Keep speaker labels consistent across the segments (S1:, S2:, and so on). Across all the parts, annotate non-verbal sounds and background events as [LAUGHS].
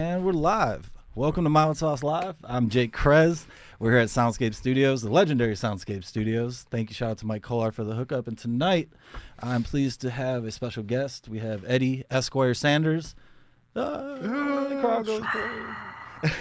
S1: Live. Welcome to Mild Sauce Live. I'm Jake Krez. We're here at Soundscape Studios, the legendary Soundscape Studios. Thank you. Shout out to Mike Kolar for the hookup. And tonight, I'm pleased to have a special guest. We have Eddie Esquire Sanders. Uh, the crowd goes crazy.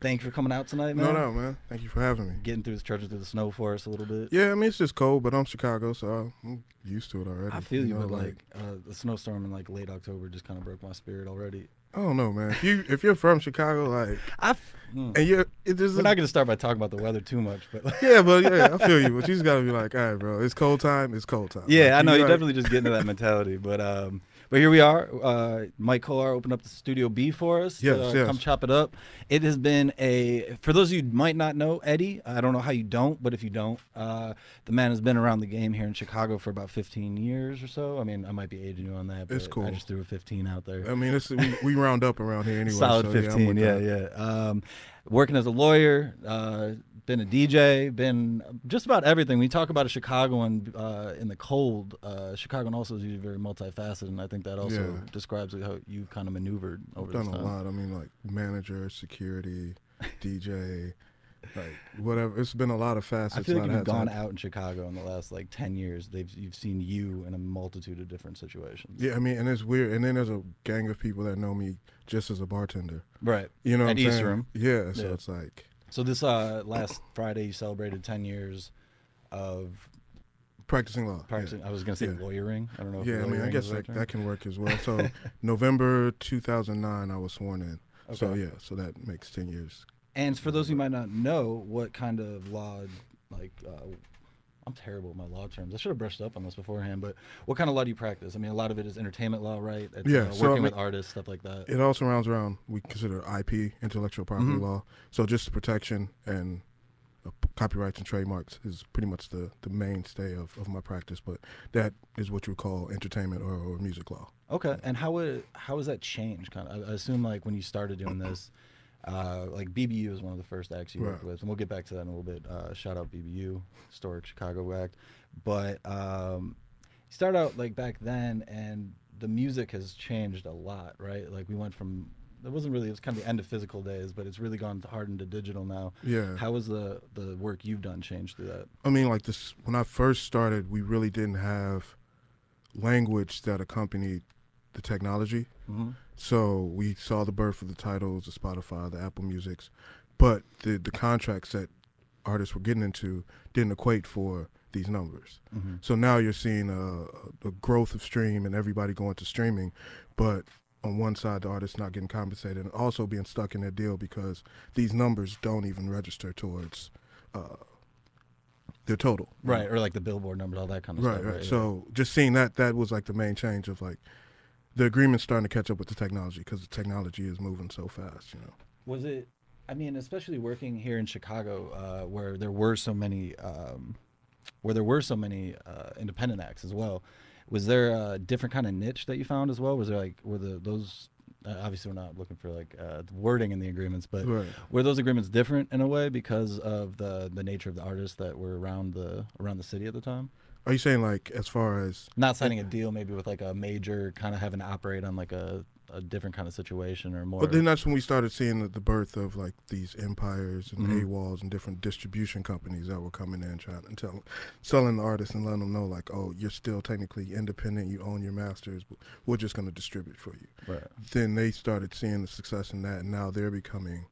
S1: Thank you for coming out tonight, man.
S2: No, no, man. Thank you for having me.
S1: Getting through this trudging through the snow for us a little bit.
S2: Yeah, I mean it's just cold, but I'm Chicago, so I'm used to it already.
S1: I feel you,
S2: know,
S1: but like uh, the snowstorm in like late October just kind of broke my spirit already.
S2: I don't know, man. If you if you're from Chicago, like,
S1: I f- mm.
S2: and you're it just
S1: we're not gonna start by talking about the weather too much, but [LAUGHS]
S2: yeah, but yeah, I feel you. But you just gotta be like, all right, bro, it's cold time. It's cold time.
S1: Yeah,
S2: Like,
S1: I know
S2: you
S1: you're
S2: like-
S1: definitely just getting to that mentality, [LAUGHS] but um, but here we are. Uh, Mike Kolar opened up the Studio B for us. to,
S2: Yes,
S1: uh,
S2: yes.
S1: Come chop it up. It has been a for those of you who might not know Eddie. I don't know how you don't, but if you don't, uh, the man has been around the game here in Chicago for about 15 years or so. I mean, I might be aging you on that, but
S2: It's cool.
S1: I just threw a 15 out there.
S2: I mean, it's we, we round up around here anyway.
S1: Solid
S2: so, yeah, I'm
S1: 15,
S2: with
S1: yeah,
S2: that.
S1: yeah. Um, working as a lawyer, uh, been a DJ, been just about everything. When you talk about a Chicagoan uh, in the cold, uh, Chicagoan also is usually very multifaceted, and I think that also
S2: Yeah.
S1: describes how you've kind of maneuvered over
S2: I've
S1: this
S2: done a
S1: time.
S2: lot. I mean, like manager, security, DJ, like whatever. It's been a lot of facets.
S1: I feel
S2: a
S1: like
S2: lot
S1: if you've
S2: of hats.
S1: gone out in Chicago in the last like 10 years, they've you've seen you in a multitude of different situations.
S2: Yeah, I mean, and it's weird. And then there's a gang of people that know me just as a bartender.
S1: Right.
S2: You know, what
S1: At
S2: I'm
S1: East
S2: saying?
S1: Room.
S2: Yeah, so
S1: Yeah.
S2: it's like
S1: So this uh, last Friday, you celebrated 10 years of
S2: practicing law. yeah.
S1: practicing. I was going to say
S2: Yeah.
S1: lawyering. I don't know. if
S2: Yeah, I mean, I
S1: lawyering is
S2: guess
S1: the right
S2: like
S1: term.
S2: that can work as well.
S1: [LAUGHS]
S2: So November 2009, I was sworn in. So
S1: Okay.
S2: yeah, so that makes 10 years.
S1: And for those who might not know, what kind of law, like, uh, I'm terrible with my law terms. I should have brushed up on this beforehand, but what kind of law do you practice? I mean, a lot of it is entertainment law, right? It's,
S2: Yeah,
S1: uh, working
S2: so, I
S1: with
S2: mean-
S1: artists, stuff like that.
S2: It all surrounds around we consider IP, intellectual property
S1: Mhm.
S2: law. So just the protection and uh, p- copyrights and trademarks is pretty much the, the mainstay of, of my practice. But that is what you would call entertainment or, or music law.
S1: Okay. And how would how has that changed? Kind of, I I assume like when you started doing this, uh, like BBU is one of the first acts you worked
S2: Right.
S1: with, and we'll get back to that in a little bit. Uh, shout out BBU, historic Chicago act. But um, you start out like back then, and the music has changed a lot, right? Like we went from it wasn't really it was kind of the end of physical days, but it's really gone hard into digital now.
S2: Yeah.
S1: How has the the work you've done changed through that?
S2: I mean, like this when I first started, we really didn't have language that accompanied the technology.
S1: Mhm.
S2: So we saw the birth of the titles, the Spotify, the Apple Musics, but the the contracts that artists were getting into didn't equate for these numbers.
S1: Mhm.
S2: So now you're seeing a, a growth of stream and everybody going to streaming, but on one side the artists not getting compensated and also being stuck in their deal because these numbers don't even register towards uh, their total.
S1: Right, or like the Billboard numbers, all that kind of
S2: Mm. Right,
S1: stuff.
S2: right. So just seeing that, that was like the main change of like the agreement starting to catch up with the technology because the technology is moving so fast, you know.
S1: was it i mean especially working here in chicago uh, where there were so many um, where there were so many uh, independent acts as well was there a different kind of niche that you found as well was there like were the those uh, obviously we're not looking for like uh, the wording in the agreements but
S2: Right.
S1: were those agreements different in a way because of the the nature of the artists that were around the around the city at the time
S2: Are you saying like as far as
S1: not signing a deal maybe with like a major kind of having to operate on like a, a different kind of situation or more
S2: But then that's when we started seeing the, the birth of like these empires and
S1: Mhm.
S2: AWOLs and different distribution companies that were coming in trying and telling, selling the artists and letting them know like, oh, you're still technically independent, you own your masters, but we're just going to distribute for you.
S1: right.
S2: Then they started seeing the success in that, and now they're becoming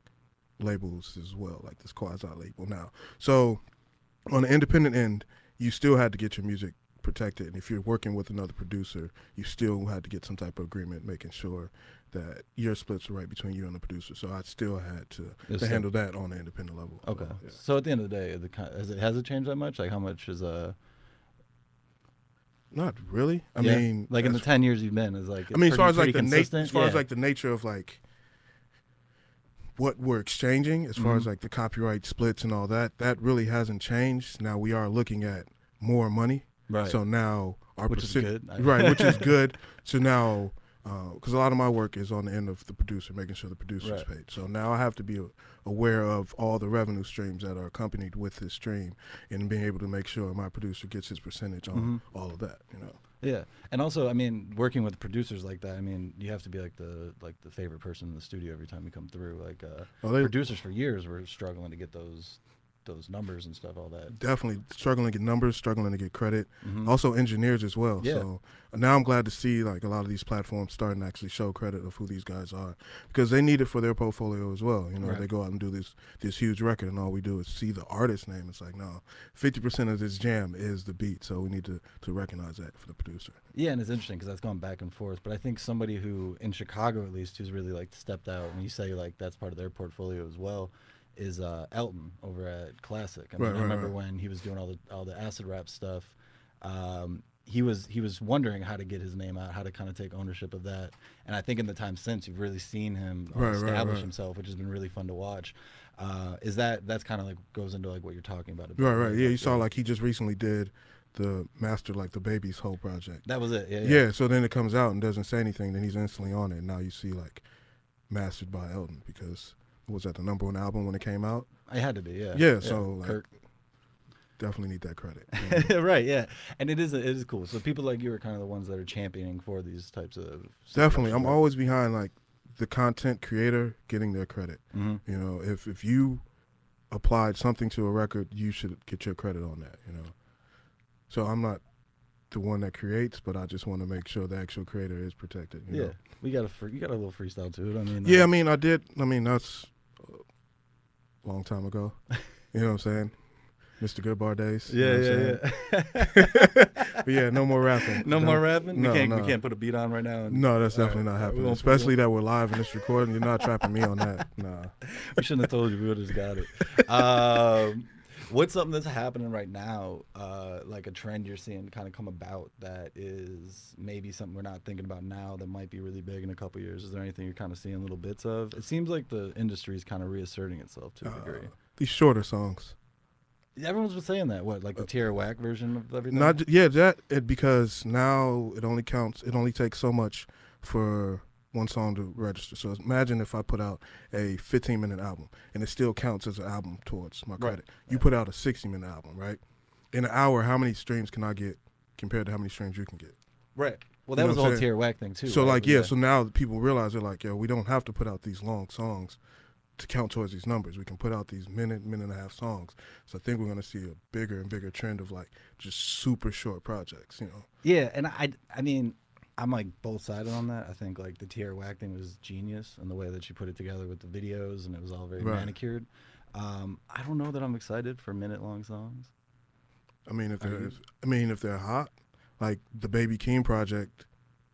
S2: labels as well, like this quasi label now. So on the independent end, you still had to get your music protected, and if you're working with another producer, you still had to get some type of agreement, making sure that your splits were right between you and the producer. So I still had to,
S1: It's
S2: to
S1: still-
S2: handle that on the independent level.
S1: Okay.
S2: Yeah.
S1: So at the end of the day, the, ki- has it has it changed that much? Like how much is uh?
S2: Not really. I
S1: yeah,
S2: mean,
S1: like in the
S2: as-
S1: ten years you've been, is like
S2: I mean,
S1: pretty-
S2: as far as
S1: pretty
S2: like the nature,
S1: consistent?
S2: as far as
S1: Yeah.
S2: like the nature of like what we're exchanging, as far as
S1: Mhm.
S2: like the copyright splits and all that, that really hasn't changed. Now we are looking at more money.
S1: right.
S2: So now our
S1: Which is
S2: percent-
S1: good. I-
S2: right?
S1: [LAUGHS]
S2: Which is good. So now, because a lot of my work is on the end of the producer, making sure the producer is
S1: Right.
S2: paid. So now I have to be aware of all the revenue streams that are
S1: Mm-hmm.
S2: accompanied with this stream, and being able to make sure my producer gets his percentage on all of that. You know,
S1: Yeah, and also, I mean, working with producers like that, I mean, you have to be like the like the favorite person in the studio every time you come through. Like uh,
S2: Well, they
S1: producers for years were struggling to get those those numbers and stuff, all that.
S2: definitely struggling to get numbers, struggling to get credit.
S1: Mhm.
S2: Also engineers as well.
S1: Yeah.
S2: So now I'm glad to see like a lot of these platforms starting to actually show credit of who these guys are because they need it for their portfolio as well. You know,
S1: Right.
S2: they go out and do this this huge record and all we do is see the artist name. It's like no, 50% of this jam is the beat, so we need to to recognize that for the producer.
S1: Yeah, and it's interesting because that's gone back and forth. But I think somebody who in Chicago at least who's really like stepped out, and you say like that's part of their portfolio as well, is uh, Elton over at Classic. I mean,
S2: Right,
S1: I
S2: right,
S1: remember
S2: right.
S1: when he was doing all the all the acid rap stuff. Um, he was he was wondering how to get his name out, how to kind of take ownership of that. And I think in the time since, you've really seen him uh,
S2: Right, right,
S1: establish
S2: right.
S1: himself, which has been really fun to watch. Uh, is that that's kind of like goes into like what you're talking about? a bit,
S2: Right, right. Yeah, you
S1: Like,
S2: saw like he just recently did the master like the baby's whole project.
S1: that was it. Yeah, yeah.
S2: Yeah. so then it comes out and doesn't say anything, then he's instantly on it. And now you see like mastered by Elton because what was that the number one album when it came out?
S1: it had to be. Yeah,
S2: Yeah, so, like,
S1: Kirk.
S2: Definitely need that credit.
S1: [LAUGHS] right yeah and it is it is cool so people like you are kind of the ones that are championing for these types of
S2: Definitely. I'm always behind like the content creator getting their credit.
S1: Mhm.
S2: You know, if if you applied something to a record, you should get your credit on that, you know. So I'm not the one that creates, but I just want to make sure the actual creator is protected. You
S1: yeah
S2: Know?
S1: we got a free, you got a little freestyle to it i mean
S2: Yeah,
S1: uh,
S2: I mean, I did. I mean, that's a long time ago. You know what I'm saying? Mr. Goodbar days. you know
S1: yeah
S2: what I'm
S1: yeah
S2: saying?
S1: yeah
S2: But yeah, no more
S1: [LAUGHS]
S2: rapping. [LAUGHS]
S1: no more rapping
S2: no,
S1: we can't
S2: no.
S1: we can't put a beat on right now and
S2: No, that's
S1: All right,
S2: definitely
S1: all right,
S2: not
S1: we
S2: happening.
S1: won't- we
S2: Especially that we're live and it's recording. You're not trapping me on that.
S1: [LAUGHS]
S2: Nah.
S1: we shouldn't have told you we would have just got it um what's something that's happening right now uh like a trend you're seeing kind of come about that is maybe something we're not thinking about now that might be really big in a couple years is there anything you're kind of seeing little bits of it seems like the industry is kind of reasserting itself to a degree
S2: Uh, these shorter songs.
S1: Everyone's been saying that. What, like the Tierra Whack version of everything?
S2: uh, Not ju- yeah, that it because now it only counts. It only takes so much for one song to register. So imagine if I put out a 15 minute album and it still counts as an album towards my credit. You put out a 60 minute album, right? In an hour, how many streams can I get compared to how many streams you can get?
S1: right. Well,
S2: You know
S1: that was
S2: what
S1: the
S2: I'm
S1: whole
S2: saying?
S1: Tierra Whack thing too.
S2: so
S1: right?
S2: like yeah, so now people realize they're like, yo, we don't have to put out these long songs to count towards these numbers. We can put out these minute, minute and a half songs. So I think we're gonna see a bigger and bigger trend of like just super short projects, you know.
S1: yeah, and I, I mean, I'm like both sided on that. I think like the Tierra Whack thing was genius and the way that she put it together with the videos and it was all very
S2: Right.
S1: manicured. Um, I don't know that I'm excited for minute long songs.
S2: I mean, if
S1: Are
S2: they're,
S1: you-
S2: if- I mean, if they're hot, like the Baby Keem project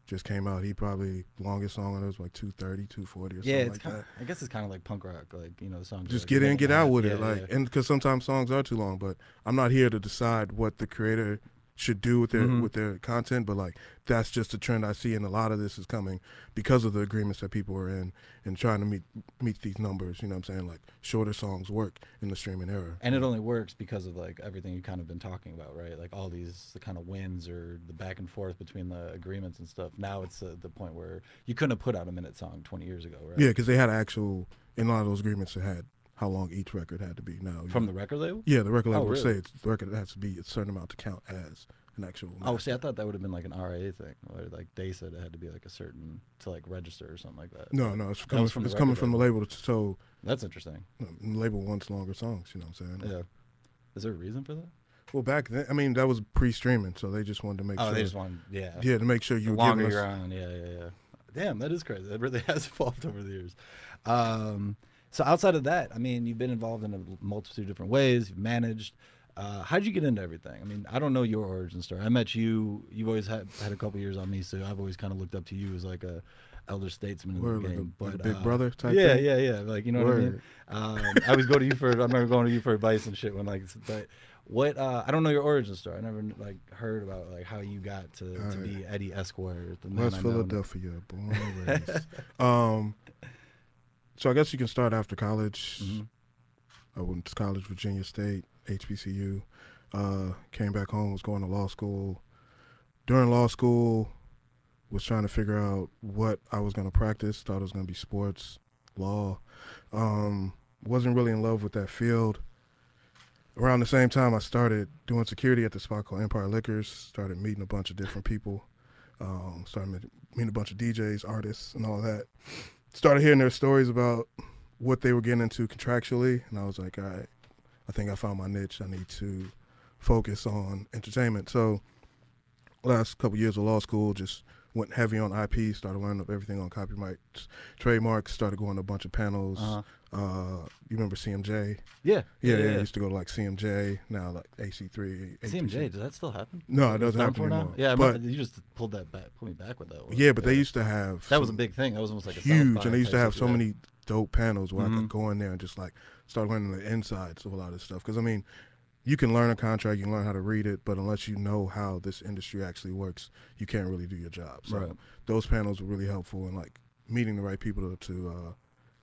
S2: just came out. He probably longest song on it was like 230, 240 or
S1: Yeah,
S2: something
S1: it's
S2: like
S1: kind
S2: that.
S1: I guess it's kind of like punk rock, like you know, the songs. are,
S2: Just
S1: like, a
S2: get in,
S1: minute
S2: get
S1: and a
S2: out
S1: half.
S2: with it,
S1: Yeah,
S2: like,
S1: yeah.
S2: and because sometimes songs are too long. But I'm not here to decide what the creator should do with their
S1: Mhm.
S2: with their content. But like, that's just a trend I see, and a lot of this is coming because of the agreements that people are in and trying to meet meet these numbers. You know what I'm saying? Like, shorter songs work in the streaming era.
S1: And it only works because of like everything you kind of been talking about, right? Like all these the kind of wins or the back and forth between the agreements and stuff. Now it's uh, the point where you couldn't have put out a minute song 20 years ago, right?
S2: Yeah, because they had actual in a lot of those agreements. They had how long each record had to be. Now you
S1: From
S2: know.
S1: the record label?
S2: yeah, the record
S1: Oh,
S2: label would
S1: really?
S2: say it's, the record has to be a certain amount to count as an actual.
S1: Oh,
S2: master.
S1: see, I thought that would have been like an RIA thing, or like they said it had to be like a certain to like register or something like that.
S2: no, no, it's coming
S1: was
S2: from
S1: from the
S2: it's coming
S1: record
S2: from the label. So
S1: That's interesting.
S2: um, the label wants longer songs. You know what I'm saying?
S1: Yeah. Is there a reason for that?
S2: Well, back then, I mean, that was pre-streaming, so they just wanted to make
S1: oh,
S2: sure.
S1: they just want yeah.
S2: yeah, to make sure you
S1: the
S2: were
S1: longer
S2: giving
S1: you're
S2: us.
S1: on. Yeah, yeah, yeah. Damn, that is crazy. That really [LAUGHS] has evolved over the years. Um, so outside of that, I mean, you've been involved in a multitude of different ways. You've managed. Uh, how'd you get into everything? I mean, I don't know your origin story. I met you. You've always had, had a couple years on me, so I've always kind of looked up to you as like a elder statesman in
S2: Word,
S1: the
S2: like a-
S1: game.
S2: like a
S1: but
S2: big
S1: uh,
S2: brother type
S1: Yeah,
S2: thing?
S1: yeah, yeah. Like you know
S2: Word.
S1: what I mean. Um, I always go to you for. I remember going to you for advice and shit when like. s- But what? Uh, I don't know your origin story. I never like heard about like how you got to, to
S2: Alright.
S1: be Eddie Esquire. The man
S2: West
S1: I know now.
S2: Philadelphia, born and raised. [LAUGHS] um, so I guess you can start after college.
S1: Mhm.
S2: I went to college, Virginia State, HBCU. Uh, came back home, was going to law school. During law school, was trying to figure out what I was going to practice. Thought it was going to be sports, law. Um, wasn't really in love with that field. around the same time, I started doing security at the spot called Empire Liquors. Started meeting a bunch of different people. Um, started meet- meeting a bunch of DJs, artists, and all that. Started hearing their stories about what they were getting into contractually, and I was like, all right, I think I found my niche. I need to focus on entertainment. So, last couple years of law school, just went heavy on IP. Started learning up everything on copyrights, trademarks. Started going to a bunch of panels.
S1: Uh-huh.
S2: Uh, you remember CMJ?
S1: Yeah.
S2: Yeah, yeah, I used to go to like CMJ, now like AC3.
S1: CMJ,
S2: AC3.
S1: does that still happen?
S2: No, it
S1: It's
S2: doesn't
S1: done
S2: happen
S1: for now?
S2: anymore.
S1: Yeah, I
S2: but
S1: remember- you just pulled that back, pulled me back with that. one.
S2: yeah, but they used to have
S1: that was a
S2: some
S1: big thing. That was almost like a South
S2: huge,
S1: by
S2: and they used to
S1: type
S2: have so
S1: situation.
S2: many dope panels where I
S1: Mhm.
S2: could go in there and just like start learning the insides of a lot of this stuff. Because I mean, you can learn a contract, you can learn how to read it, but unless you know how this industry actually works, you can't really do your job. So
S1: Right.
S2: those panels were really helpful and like meeting the right people to, to uh,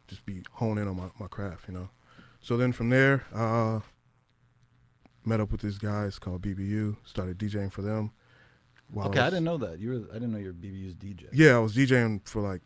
S2: just be hone in on my, my craft, you know. So then from there, uh, met up with these guys called BBU, started DJing for them. while
S1: Okay, I
S2: was-
S1: didn't know that. You were I didn't know you were BBU's DJ.
S2: yeah, I was DJing for like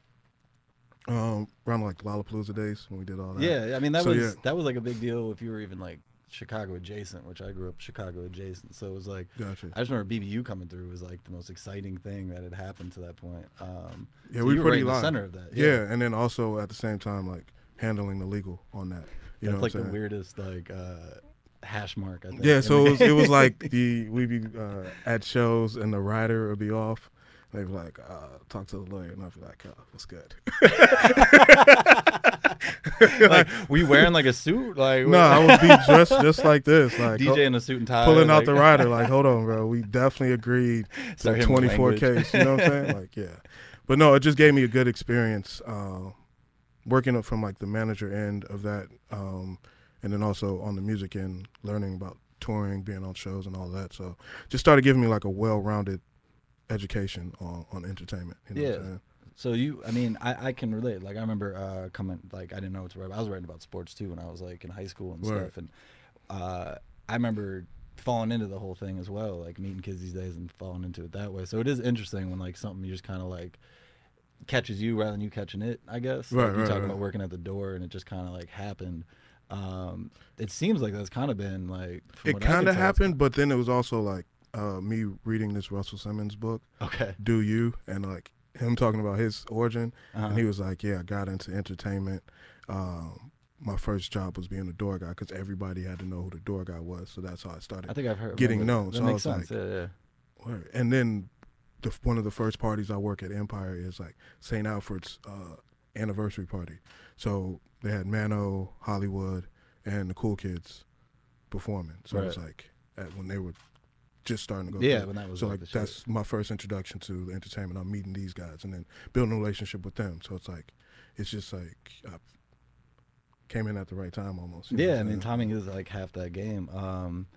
S2: um around like Lollapalooza days when we did all that.
S1: Yeah, I mean that
S2: So,
S1: was
S2: yeah.
S1: that was like a big deal if you were even like Chicago adjacent, which I grew up Chicago adjacent. So it was like
S2: Gotcha.
S1: I just remember BBU coming through was like the most exciting thing that had happened to that point. Um,
S2: Yeah,
S1: so
S2: we
S1: you were
S2: pretty
S1: right in the
S2: live.
S1: center of that.
S2: Yeah. and then also at the same time like handling the legal on that. You know
S1: that's
S2: what
S1: like
S2: I'm
S1: the
S2: saying?
S1: weirdest like uh, hash mark. I think.
S2: Yeah,
S1: in
S2: so
S1: the-
S2: it was,
S1: [LAUGHS]
S2: it was like the we'd be uh, at shows and the rider would be off. They'd be like, uh, talk to the lawyer, and I'd be like, oh, what's good?
S1: like [LAUGHS] we wearing like a suit, like
S2: no, I would be dressed just like this,
S1: [LAUGHS]
S2: like uh,
S1: DJ in a suit and tie,
S2: pulling out the
S1: [LAUGHS] like-
S2: rider. Like, hold on, bro, we
S1: [LAUGHS]
S2: definitely agreed
S1: Start
S2: to
S1: hitting the
S2: 24
S1: language.
S2: case. You know what I'm saying?
S1: [LAUGHS]
S2: Like, yeah. But no, it just gave me a good experience uh, working up from like the manager end of that, um, and then also on the music end, learning about touring, being on shows, and all that. So just started giving me like a well-rounded education on, on entertainment. You know what
S1: Yeah.
S2: I'm saying?
S1: So you, I mean, I, I can relate. Like I remember uh, coming, like I didn't know what to write. about. I was writing about sports too when I was like in high school and
S2: Right.
S1: stuff. And uh, I remember falling into the whole thing as well, like meeting kids these days and falling into it that way. So it is interesting when like something you just kind of like catches you rather than you catching it. I guess.
S2: Right,
S1: Like, you
S2: right,
S1: talking
S2: right.
S1: about working at the door and it just kind of like happened. Um, it seems like that's kind of been like from
S2: It
S1: what I can
S2: kind of
S1: tell, it's-
S2: happened, but then it was also like uh, me reading this Russell Simmons book,
S1: Okay.
S2: Do You, and like him talking about his origin.
S1: Uh-huh.
S2: And he was like, "Yeah, I got into entertainment. Um, my first job was being a door guy because everybody had to know who the door guy was. So that's how I started.
S1: I think I've heard
S2: getting
S1: remember
S2: known,
S1: That
S2: so I
S1: makes
S2: was
S1: sense. yeah, yeah.
S2: Word. and then the, f- one of the first parties I work at Empire is like St. Alfred's uh, anniversary party. So they had Mano, Hollywood, and the Cool Kids performing. So it was
S1: Right.
S2: like at, when they were just starting to go.
S1: Yeah,
S2: through.
S1: when that was
S2: so
S1: like
S2: like
S1: the shit.
S2: that's my first introduction to the entertainment. I'm meeting these guys and then building a relationship with them. So it's like, it's just like I came in at the right time almost. you know what
S1: Yeah, I
S2: I'm
S1: mean
S2: saying?
S1: timing is like half that game. Um,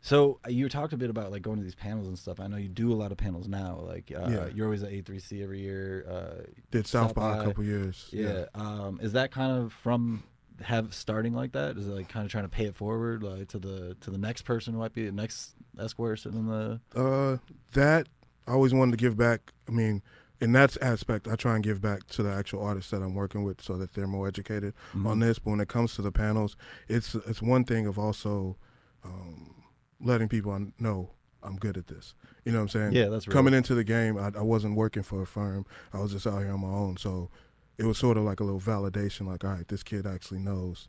S1: so uh, you talked a bit about like going to these panels and stuff. I know you do a lot of panels now. Like uh,
S2: Yeah.
S1: you're always at A3C every year. Uh,
S2: did South,
S1: South
S2: by
S1: by-
S2: a couple years.
S1: yeah. Um, is that kind of from have starting like that? Is it like kind of trying to pay it forward like to the to the next person who might be the next esquire sitting in the
S2: Uh, that I always wanted to give back. I mean, in that aspect, I try and give back to the actual artists that I'm working with, so that they're more educated
S1: Mm-hmm.
S2: on this. But when it comes to the panels, it's it's one thing of also um, letting people un- know I'm good at this. You know what I'm saying?
S1: Yeah, that's real.
S2: coming into the game. I, I wasn't working for a firm. I was just out here on my own. So it was sort of like a little validation. Like, all right, this kid actually knows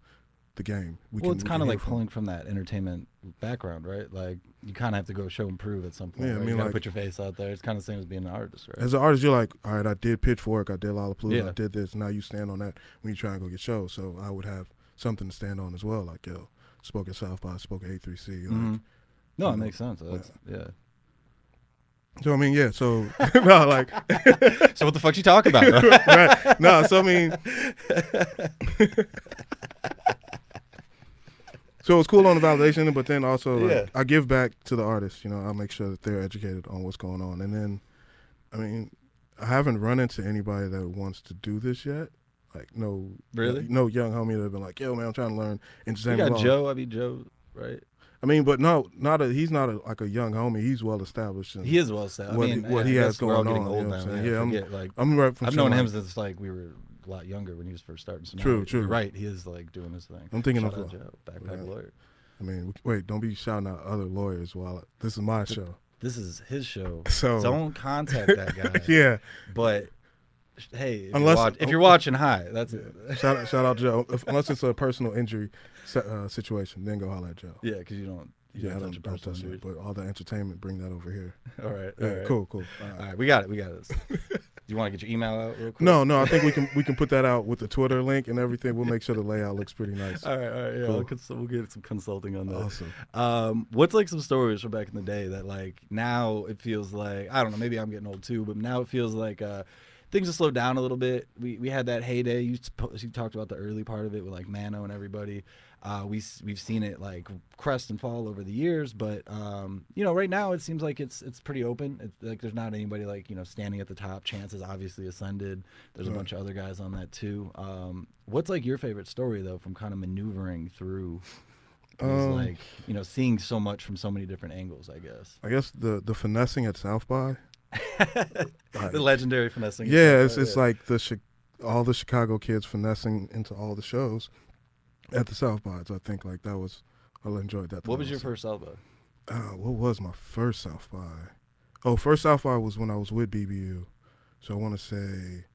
S2: the game. We
S1: well, it's
S2: we
S1: kind of
S2: hear
S1: like
S2: from him.
S1: pulling from that entertainment background, right? Like you kind of have to go show and prove at some point.
S2: Yeah, I
S1: right? you
S2: mean,
S1: gotta
S2: like-
S1: put your face out there. It's kind of the same as being an artist, right?
S2: As an artist, you're like, all right, I did Pitchfork, I did Lollapalooza,
S1: Yeah.
S2: I did this. Now you stand on that when you try and go get shows. So I would have something to stand on as well. Like, yo, spoke at South by, spoke at A3C. Like,
S1: Mhm. No,
S2: you
S1: it
S2: know,
S1: makes sense. That's, yeah.
S2: So I mean, yeah. So [LAUGHS] no, like,
S1: So what the fuck you talking [LAUGHS] about?
S2: right, no. So
S1: [LAUGHS]
S2: I mean, so it's cool on the validation, but then also like,
S1: Yeah.
S2: I give back to the artists. You know, I make sure that they're educated on what's going on, and then, I mean, I haven't run into anybody that wants to do this yet. Like no,
S1: Really?
S2: no young homie that have been like, yo man, I'm trying to learn
S1: You
S2: entertainment.
S1: got
S2: law."
S1: Joe. I mean Joe, right?
S2: I mean, but no, not a. He's not a, like a young homie. He's well established. and
S1: He is well set. I
S2: What
S1: mean,
S2: he- what
S1: yeah,
S2: he
S1: I
S2: has
S1: guess we're all
S2: going
S1: getting
S2: on,
S1: old
S2: you know
S1: now.
S2: what I'm saying?
S1: Yeah,
S2: Yeah, I'm-
S1: forget, like
S2: I'm right from.
S1: I've known
S2: somewhere-
S1: him since like we were a lot younger when he was first starting. So now
S2: True,
S1: you're
S2: true.
S1: Right, he is like doing his thing.
S2: I'm thinking
S1: Shout
S2: of,
S1: out
S2: uh,
S1: Joe, backpack
S2: yeah.
S1: lawyer.
S2: I mean, w- wait, don't be shouting out other lawyers while this is my show. [LAUGHS]
S1: This is his show.
S2: So
S1: Don't contact
S2: [LAUGHS]
S1: that [LAUGHS] guy.
S2: Oh. yeah,
S1: But sh- hey, if,
S2: Unless- oh,
S1: you're, watch, if you're watching, hi. That's it.
S2: shout out, shout out Joe. If, unless it's a personal injury se- uh, situation, then go holler at Joe.
S1: [LAUGHS] Yeah, because you don't. You
S2: Yeah, I
S1: don't touch
S2: don't,
S1: a
S2: don't touch
S1: person.
S2: it, but all the entertainment, bring that
S1: [LAUGHS]
S2: over here.
S1: All right.
S2: Yeah,
S1: all right.
S2: Cool, cool. All
S1: All
S2: right.
S1: right, we got it. We got
S2: [LAUGHS]
S1: this. Do you want to get your email out real quick? [LAUGHS]
S2: No, no, I think we can we can put that out with the Twitter link and everything. We'll make sure the layout looks pretty nice.
S1: All right, all right, yeah,
S2: Cool.
S1: we'll, cons- we'll get some consulting on that.
S2: Awesome.
S1: Um, what's like some stories from back in the day that like now it feels like I don't know, maybe I'm getting old too, but now it feels like uh, things have slowed down a little bit. We we had that heyday. You sp- you talked about the early part of it with like Mano and everybody. Uh, we s- we've seen it like crest and fall over the years, but um, you know, right now it seems like it's it's pretty open. It's like there's not anybody like you know standing at the top. Chances obviously ascended. There's a
S2: Right.
S1: bunch of other guys on that too. Um, what's like your favorite story though from kind of maneuvering through? was
S2: Um,
S1: like you know seeing so much from so many different angles i guess
S2: I guess the the finessing at South by.
S1: [LAUGHS]
S2: Like,
S1: the legendary finessing is
S2: yeah,
S1: so
S2: it's
S1: good,
S2: it's
S1: yeah.
S2: like the chi- all the Chicago kids finessing into all the shows at the South Pods. I think like that was I enjoyed that. the
S1: what was your
S2: most.
S1: first elbow
S2: Uh, what was my first South by? Oh, first South by was when I was with BBU, so I want to say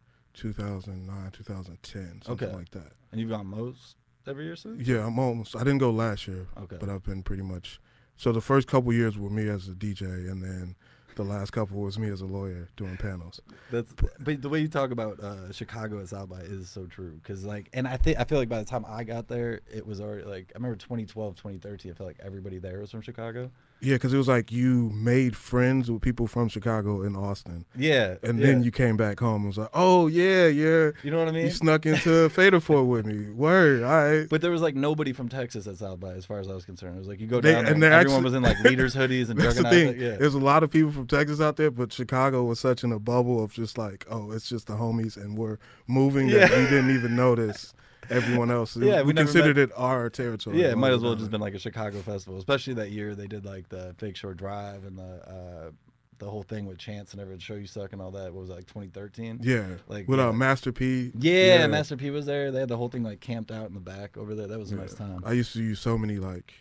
S2: 2009, 2010, something
S1: Okay.
S2: like that.
S1: and you've gone most every year since
S2: Yeah, I'm almost. I didn't go last year,
S1: okay
S2: but I've been pretty much. So the first couple years were me as a DJ, and then the last couple was me as a lawyer doing panels.
S1: that's but the way you talk about uh chicago at south by is so true because like and i think i feel like by the time i got there it was already like i remember 2012 2013 i felt like everybody there was from chicago
S2: Yeah, because it was like you made friends with people from Chicago and Austin,
S1: yeah
S2: and
S1: yeah.
S2: then you came back home and was like, "Oh yeah, yeah,
S1: you know what i mean
S2: you snuck into Fader Fort with me." Word, all right.
S1: But there was like nobody from Texas at South by, as far as I was concerned. It was like you go
S2: They-
S1: down there,
S2: and
S1: and
S2: they're
S1: everyone
S2: actually-
S1: was in like leaders hoodies and
S2: [LAUGHS] That's the
S1: drugganized,
S2: thing.
S1: like, yeah.
S2: There's a lot of people from Texas out there, but Chicago was such in a bubble of just like, oh, it's just the homies, and we're moving that
S1: Yeah.
S2: we didn't even notice everyone else.
S1: Yeah,
S2: we,
S1: we never
S2: considered it our territory.
S1: Yeah, it might as well
S2: Whatever.
S1: just been like a Chicago festival, especially that year they did like the Fake Shore Drive and the uh, the whole thing with Chance and everything, Show You Suck and all that. What was it, like 2013?
S2: Yeah,
S1: like,
S2: with
S1: yeah.
S2: our Master P.
S1: Yeah, Master P was there. They had the whole thing like camped out in the back over there. That was a
S2: Yeah.
S1: nice time.
S2: I used to use so many like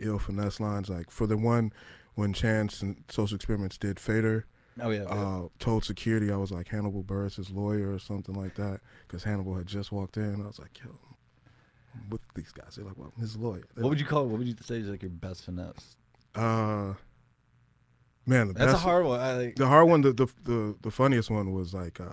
S2: ill finesse lines. Like for the one when Chance and Social Experiments did Fader,
S1: Oh yeah, yeah.
S2: uh, told security I was like Hannibal Burris, his lawyer or something like that, because Hannibal had just walked in. I was like, yo, I'm with these guys. They're like, well, I'm his lawyer. They're
S1: what would you call? What would you say is like your best finesse?
S2: like, uh, man, the
S1: That's,
S2: best,
S1: a hard one. I, like,
S2: the hard one. The, the the the funniest one was like uh,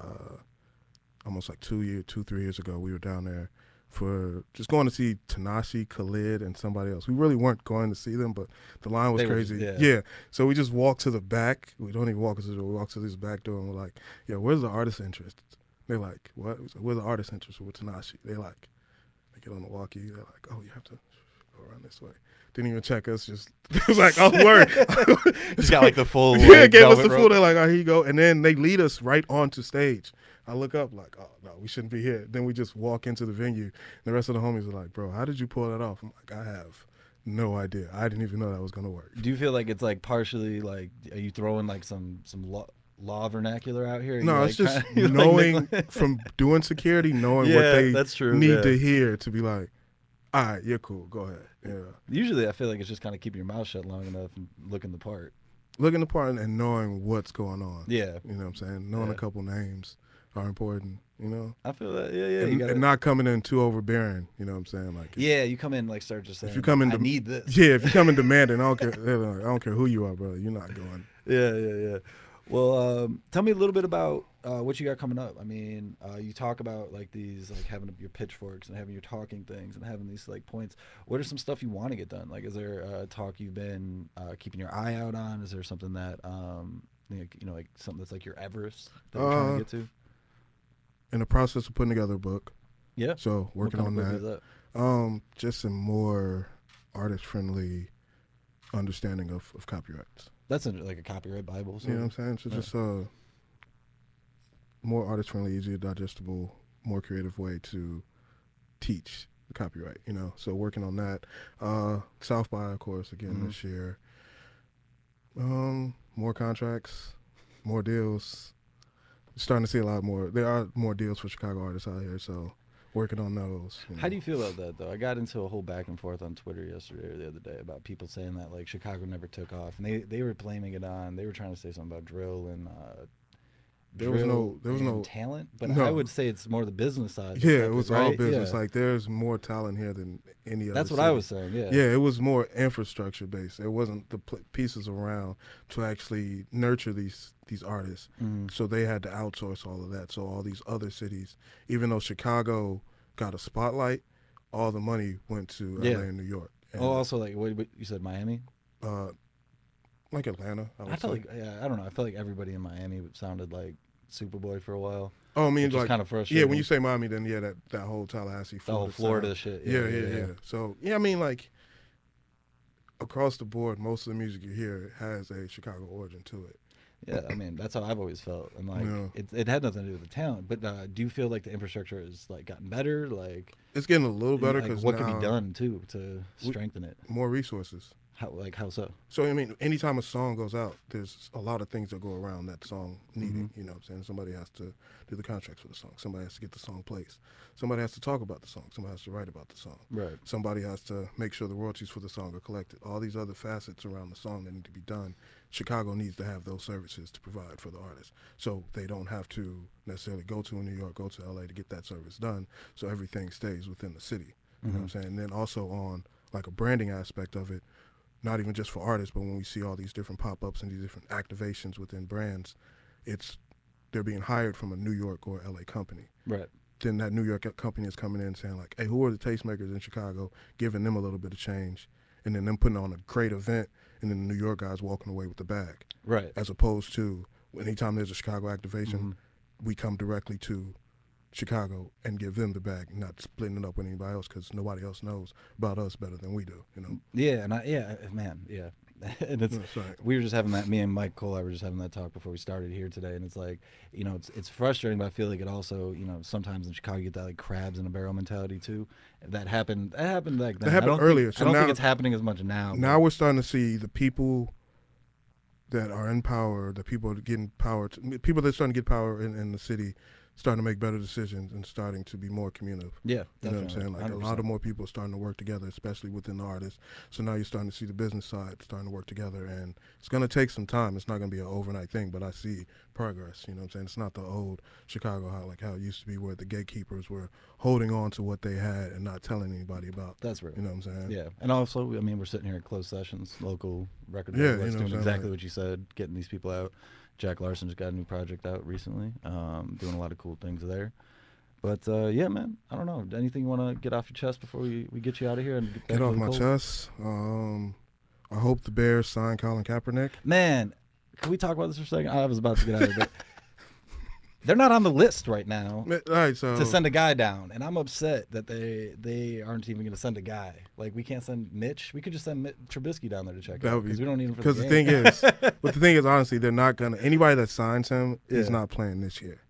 S2: almost like two year, two three years ago. We were down there for just going to see Tanashi Khalid and somebody else. We really weren't going to see them, but the line was
S1: They were just-
S2: crazy.
S1: yeah.
S2: yeah. So we just walked to the back. We don't even walk to the door. We walk to this back door and we're like, "Yo, where's the artist interest?" They're like, "What? We said, Where's the artist interest?" We're Tanashi. They like, they get on the walkie. They're like, "Oh, you have to go around this way." Didn't even check us. Just [LAUGHS] it was like, "Oh,
S1: [LAUGHS]
S2: word."
S1: just got
S2: [LAUGHS]
S1: like the full.
S2: yeah,
S1: like,
S2: gave us
S1: velvet
S2: the
S1: rope.
S2: full. They're like, "Oh, here you go," and then they lead us right onto stage. I look up like, "Oh no, we shouldn't be here." Then we just walk into the venue. And the rest of the homies are like, "Bro, how did you pull that off?" I'm like, "I have no idea. I didn't even know that was gonna work."
S1: Do you feel like it's like partially like are you throwing like some some law, law vernacular out here? Are [LAUGHS]
S2: No,
S1: you,
S2: it's
S1: like,
S2: just
S1: trying- you're, like,
S2: knowing
S1: nickling-
S2: from doing security, knowing what
S1: Yeah,
S2: they
S1: that's true,
S2: need
S1: yeah.
S2: to hear to be like, all right, you're cool, go ahead. Yeah.
S1: Usually, I feel like it's just kind of keeping your mouth shut long enough and looking the part.
S2: Looking the part and knowing what's going on.
S1: Yeah,
S2: You know what I'm saying? Knowing a
S1: Yeah.
S2: couple names are important, you know?
S1: I feel that. Yeah, yeah.
S2: and,
S1: you gotta,
S2: and not coming in too overbearing, you know what I'm saying? Like,
S1: yeah, you come in like start just saying.
S2: you come in
S1: I
S2: to-
S1: need this.
S2: yeah, if you
S1: [LAUGHS]
S2: come in demanding, I don't care. they're like, I don't care who you are, brother. You're not going.
S1: Yeah, yeah, yeah. Well, um, tell me a little bit about uh, what you got coming up. I mean, uh, you talk about like these, like having your pitchforks and having your talking things and having these like points. What are some stuff you want to get done? Like, is there a talk you've been uh, keeping your eye out on? Is there something that, um, like, you know, like something that's like your Everest that you're trying
S2: Uh,
S1: to get to?
S2: In the process of putting together a book,
S1: Yeah,
S2: so
S1: What
S2: working
S1: kind of
S2: on
S1: book
S2: that.
S1: is that.
S2: Um, just a more artist friendly understanding of, of copyrights.
S1: That's in, like a copyright Bible. So.
S2: You know what I'm saying? So
S1: Yeah.
S2: just uh more artist friendly, easier digestible, more creative way to teach the copyright, you know. So working on that. Uh South by of course again
S1: Mhm.
S2: this year. Um, more contracts, more deals. Starting to see a lot more. There are more deals for Chicago artists out here, so working on those.
S1: How
S2: know.
S1: do you feel about that though? I got into a whole back and forth on Twitter yesterday or the other day about people saying that like Chicago never took off, and they they were blaming it on they were trying to say something about drill and. Uh,
S2: There was
S1: drill
S2: no- there was
S1: and
S2: no-
S1: talent, but
S2: no.
S1: I would say it's more the business side. that
S2: Yeah,
S1: took
S2: it was all
S1: right?
S2: business.
S1: Yeah.
S2: Like there's more talent here than any other.
S1: That's what
S2: city.
S1: I was saying. Yeah.
S2: Yeah, it was more infrastructure based. It wasn't the pl- pieces around to actually nurture these these artists.
S1: Mhm.
S2: So they had to outsource all of that. So all these other cities, even though Chicago got a spotlight, all the money went to
S1: Yeah.
S2: LA and New York. And,
S1: Oh, also like what, what you said, Miami.
S2: uh, like Atlanta. I, would
S1: I felt
S2: say.
S1: like yeah, I don't know. I felt like everybody in Miami sounded like Superboy for a while.
S2: Oh, I mean,
S1: Which is
S2: like
S1: kind of
S2: yeah.
S1: frustrating.
S2: When you say Miami, then yeah, that that whole Tallahassee,
S1: the whole
S2: Florida,
S1: Florida
S2: sound.
S1: shit.
S2: yeah, yeah, yeah, So yeah, I mean, like across the board, most of the music you hear has a Chicago origin to it.
S1: Yeah, I mean that's how I've always felt, and like
S2: Yeah.
S1: it, it had nothing to do with the talent. But uh, do you feel like the infrastructure has like gotten better? Like,
S2: It's getting a little better
S1: like,
S2: because
S1: what could be done too to
S2: We-
S1: strengthen it?
S2: More resources.
S1: How like how so?
S2: So I mean, anytime a song goes out, there's a lot of things that go around that song needing.
S1: Mm-hmm.
S2: You know, what I'm saying somebody has to do the contracts for the song. Somebody has to get the song placed. Somebody has to talk about the song. Somebody has to write about the song.
S1: Right.
S2: Somebody has to make sure the royalties for the song are collected. All these other facets around the song that need to be done. Chicago needs to have those services to provide for the artist. So they don't have to necessarily go to New York, go to LA to get that service done. So everything stays within the city. You know what I'm saying? And then also on like a branding aspect of it, not even just for artists, but when we see all these different pop ups and these different activations within brands, it's they're being hired from a New York or LA company
S1: Right.
S2: then that New York company is coming in saying like, "Hey, who are the tastemakers in Chicago?" Giving them a little bit of change, and then them putting on a great event, and then the New York guys walking away with the bag,
S1: Right.
S2: as opposed to anytime there's a Chicago activation, we come directly to Chicago and give them the bag, not splitting it up with anybody else because nobody else knows about us better than we do. You know,
S1: Yeah. And I yeah uh, man yeah, [LAUGHS] and it's
S2: That's right.
S1: we were just having that me and Mike Cole I were just having that talk before we started here today, and it's like you know it's it's frustrating, but I feel like it also you know sometimes in Chicago you get that like crabs in a barrel mentality too. That happened. That happened like then. I
S2: happened
S1: don't think-
S2: earlier, so
S1: I don't
S2: now-
S1: think it's happening as much now. but-
S2: now we're starting to see the people that are in power, the people that getting power, to, people that starting to get power in, in the city, starting to make better decisions and starting to be more communal.
S1: yeah,
S2: You know what I'm
S1: definitely,
S2: saying? Like a
S1: 100%.
S2: lot of more people starting to work together, especially within the artists. So now you're starting to see the business side starting to work together, and it's going to take some time. It's not going to be an overnight thing, but I see progress. You know what I'm saying? It's not the old Chicago how like how it used to be, where the gatekeepers were holding on to what they had and not telling anybody about.
S1: That's real.
S2: You know what I'm saying?
S1: Yeah, and also, I mean, we're sitting here at closed sessions, local record
S2: Yeah,
S1: yeah,
S2: you know what I'm
S1: doing
S2: saying,
S1: exactly
S2: like-
S1: what you said, getting these people out. Jack Larson just got a new project out recently, um, doing a lot of cool things there. But uh, yeah, man, I don't know. Anything you want to get off your chest before we, we get you out of here and get, back
S2: Get
S1: to
S2: off
S1: the
S2: my
S1: cold?
S2: chest. Um, I hope the Bears sign Colin Kaepernick.
S1: Man, can we talk about this for a second? I was about to get out of it. [LAUGHS] They're not on the list right now
S2: Ma- All right, so
S1: to send a guy down, and I'm upset that they they aren't even going to send a guy. Like we can't send Mitch. We could just send Mitch Trubisky down there to check
S2: That
S1: out
S2: would be-
S1: because we don't need him for the
S2: because the,
S1: game. [LAUGHS]
S2: thing is, but the thing is, honestly, they're not gonna. Anybody that signs him is
S1: Yeah.
S2: not playing this year.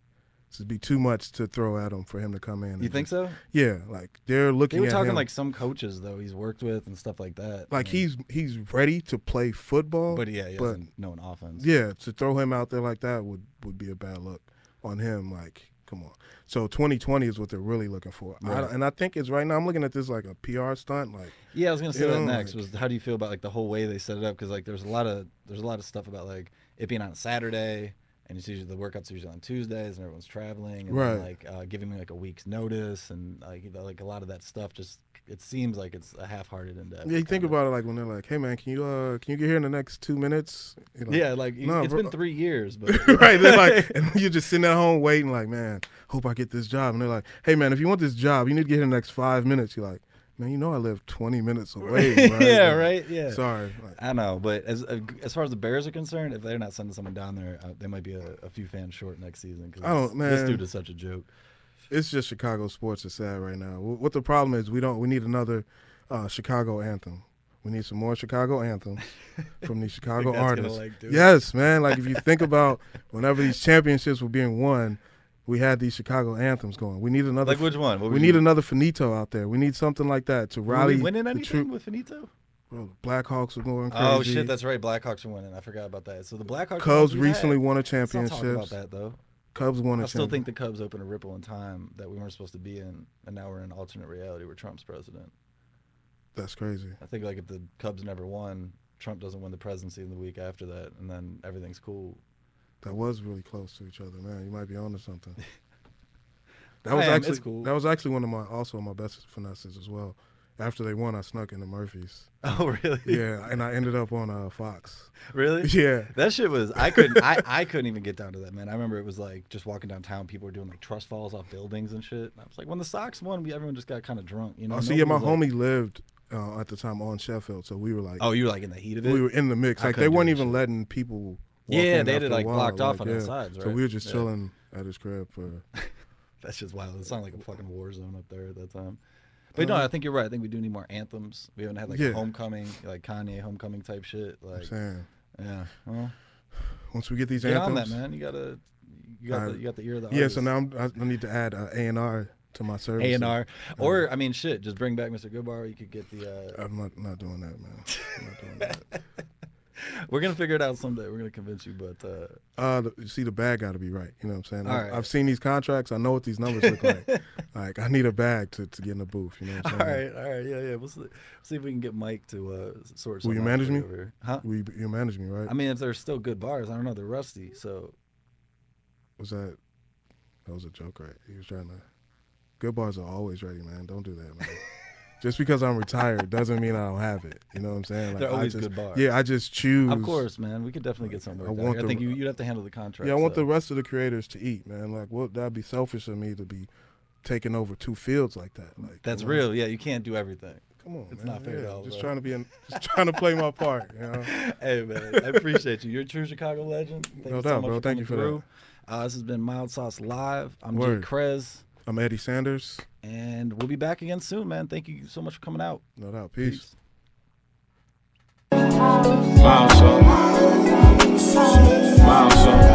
S2: So it'd be too much to throw at him for him to come in. and
S1: you think
S2: just-
S1: so?
S2: Yeah, like they're looking.
S1: They were
S2: at
S1: talking
S2: him-
S1: like some coaches though he's worked with and stuff like that.
S2: like
S1: I mean,
S2: he's he's ready to play football.
S1: but yeah, he
S2: but-
S1: doesn't know an offense.
S2: Yeah, to throw him out there like that would would be a bad look on him. Like, come on. So 2020 is what they're really looking for, I
S1: Right.
S2: don't- and I think it's right now. I'm looking at this like a PR stunt. Like,
S1: Yeah, I was gonna say
S2: You
S1: that
S2: know,
S1: next
S2: like-
S1: was how do you feel about like the whole way they set it up? Because like there's a lot of there's a lot of stuff about like it being on a Saturday and it's usually the workouts are usually on Tuesdays and everyone's traveling and then,
S2: Right.
S1: like uh, giving me like a week's notice and like you know, like a lot of that stuff just it seems like it's a half-hearted endeavor.
S2: Yeah, you think
S1: kinda.
S2: about it like when they're like, "Hey man, can you uh can you get here in the next two minutes?" You're like-
S1: yeah, like
S2: "Nah,
S1: it's
S2: bro."
S1: been three years, but
S2: [LAUGHS] right.
S1: [LAUGHS]
S2: They're like, and you're just sitting at home waiting, like, "Man, hope I get this job." And they're like, "Hey man, if you want this job, you need to get here in the next five minutes." You're like, "Man, you know I live 20 minutes away."
S1: [LAUGHS]
S2: Right?
S1: yeah,
S2: Like,
S1: right, yeah.
S2: Sorry. Like,
S1: I know, but as uh, as far as the Bears are concerned, if they're not sending someone down there, uh, they might be a, a few fans short next season. Cause
S2: I don't-
S1: this- this
S2: man.
S1: dude is such a joke.
S2: it's just Chicago sports is sad right now. Wh- What the problem is, we don't. We need another uh, Chicago anthem. We need some more Chicago
S1: [LAUGHS]
S2: anthems from these Chicago
S1: that's gonna,
S2: artists.
S1: like, do it.
S2: yes, man. Like if you think about whenever these championships were being won, we had these Chicago anthems going. We need another.
S1: Like which one? What
S2: we
S1: would
S2: need
S1: you-
S2: another finito out there. We need something like that to
S1: Were
S2: rally
S1: we winning
S2: the
S1: anything
S2: troop-
S1: with Finito?
S2: Bro, the Blackhawks were going crazy.
S1: Oh shit, that's right. Blackhawks are winning. I forgot about that. So the Blackhawks.
S2: Cubs
S1: we had-
S2: recently won a
S1: Let's not
S2: championship.
S1: talk about that though.
S2: Cubs won a
S1: I still
S2: champion-
S1: think the Cubs opened a ripple in time that we weren't supposed to be in, and now we're in alternate reality where Trump's president.
S2: that's crazy.
S1: I think like if the Cubs never won, Trump doesn't win the presidency in the week after that, and then everything's cool. [LAUGHS]
S2: That was really close to each other, man. You might be
S1: [LAUGHS]
S2: onto something. That
S1: I
S2: was
S1: am, it's
S2: actually
S1: cool.
S2: that was actually one of my also my best finesses as well. After they won, I snuck
S1: [LAUGHS]
S2: into Murphy's.
S1: Oh really?
S2: Yeah, and I ended up on
S1: [LAUGHS]
S2: uh, Fox.
S1: Really?
S2: [LAUGHS] Yeah,
S1: That shit was I couldn't I, I couldn't even get down to that man. I remember it was like just walking downtown, people were doing like trust falls off buildings and shit. And I was like, when the Sox won, we everyone just got kind of drunk, you know.
S2: Oh, so
S1: No
S2: yeah, my
S1: one was, like-
S2: homie lived uh, at the time on Sheffield, so we were like,
S1: Oh, you were like in the heat of it.
S2: we were in the mix.
S1: I
S2: Like
S1: couldn't
S2: they
S1: do
S2: weren't
S1: that
S2: even
S1: shit.
S2: letting people. walk
S1: yeah,
S2: in
S1: they
S2: after
S1: did
S2: a
S1: like
S2: while,
S1: blocked off
S2: like,
S1: on
S2: yeah.
S1: the sides, right?
S2: So we were just
S1: Yeah.
S2: chilling at his crib for.
S1: That's just wild. It sounded like a fucking war zone up there at that time. But no, I think you're right. I think we do need more anthems. We haven't had like
S2: Uh-huh. Yeah.
S1: a homecoming, like Kanye homecoming type shit.
S2: I'm
S1: Like,
S2: saying
S1: yeah, well,
S2: once we get these
S1: get on
S2: anthems,
S1: that, man. You gotta, you got,
S2: Uh,
S1: the, you got the ear of the
S2: yeah.
S1: artist.
S2: So now I'm, I I need to add uh, A and R to my service.
S1: A and R, or I mean, shit, just bring back Mr. Goodbar. You could get the. Uh,
S2: I'm not not doing that, man. I'm not doing that. [LAUGHS]
S1: we're gonna figure it out someday. We're gonna convince you, but uh,
S2: Uh, the, you see, the bag got to be right. You know what I'm saying?
S1: All
S2: I,
S1: right.
S2: I've seen these contracts. I know what these numbers look like. like, I need a bag to, to get in the booth. You know what
S1: [LAUGHS]
S2: I'm
S1: all
S2: saying?
S1: right, all right, yeah, yeah. We'll see, see if we can get Mike to uh, sort.
S2: Will
S1: something
S2: you
S1: out
S2: manage
S1: for
S2: me?
S1: over here. Huh?
S2: Will you, you manage me, right?
S1: I mean, if they're still good bars, I don't know. They're rusty, so
S2: was that? That was a joke, right? He was trying to. Good bars are always ready, man. Don't
S1: [LAUGHS]
S2: do that, man. just because I'm retired doesn't mean I don't have it. You know what I'm saying? Like,
S1: They're
S2: I
S1: always
S2: just,
S1: good bars.
S2: Yeah, I just choose.
S1: Of course, man. We could definitely get something
S2: I
S1: worked out.
S2: want
S1: here. I
S2: the-
S1: think you, you'd have to handle the contract.
S2: Yeah, I want
S1: so-
S2: the rest of the creators to eat, man. Like, well, that'd be selfish of me to be taking over two fields like that. Like,
S1: That's
S2: you know?
S1: real. Yeah, you can't do everything. [LAUGHS]
S2: Come on,
S1: It's
S2: man.
S1: not fair at
S2: Yeah,
S1: all,
S2: Just
S1: bro.
S2: trying to be, in, just trying to play my part. You
S1: [LAUGHS]
S2: know.
S1: Hey, man, I appreciate you. You're a true Chicago legend. Thank
S2: No
S1: you so
S2: doubt,
S1: much
S2: bro.
S1: For
S2: Thank you
S1: coming
S2: for
S1: through. Uh, this has been Mild Sauce Live. I'm
S2: Word.
S1: Jake Krez,
S2: I'm Eddie Sanders.
S1: and we'll be back again soon, man. Thank you so much for coming out.
S2: No doubt. Peace.
S3: Miles up. Miles up.